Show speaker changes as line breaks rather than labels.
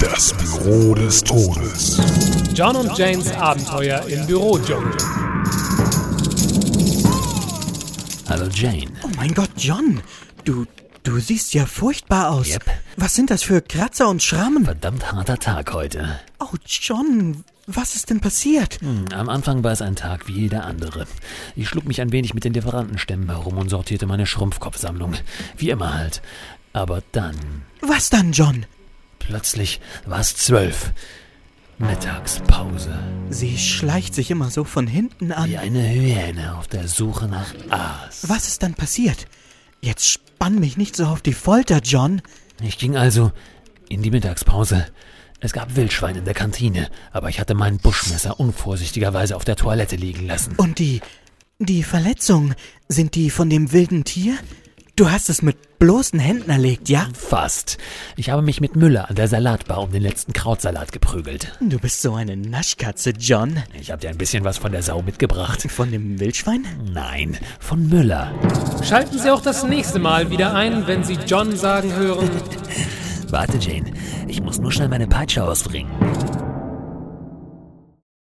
Das Büro des Todes.
John und Janes Abenteuer im Bürodschungel.
Hallo Jane.
Oh mein Gott, John, du, du siehst ja furchtbar aus.
Yep.
Was sind das für Kratzer und Schrammen?
Verdammt harter Tag heute.
Oh, John, was ist denn passiert?
Hm, Am Anfang war es ein Tag wie jeder andere. Ich schlug mich ein wenig mit den Lieferantenstämmen herum und sortierte meine Schrumpfkopfsammlung. Wie immer halt. Aber dann,
Was dann, John?
plötzlich, war es zwölf. Mittagspause.
Sie schleicht sich immer so von hinten an.
Wie eine Hyäne auf der Suche nach Aas.
Was ist dann passiert? Jetzt spann mich nicht so auf die Folter, John.
Ich ging also in die Mittagspause. Es gab Wildschwein in der Kantine, aber ich hatte mein Buschmesser unvorsichtigerweise auf der Toilette liegen lassen.
Und die, die Verletzungen, sind die von dem wilden Tier? Du hast es mit bloßen Händen erlegt, ja?
Fast. Ich habe mich mit Müller an der Salatbar um den letzten Krautsalat geprügelt.
Du bist so eine Naschkatze, John.
Ich habe dir ein bisschen was von der Sau mitgebracht.
Von dem Wildschwein?
Nein, von Müller.
Schalten Sie auch das nächste Mal wieder ein, wenn Sie John sagen hören.
Warte, Jane. Ich muss nur schnell meine Peitsche ausbringen.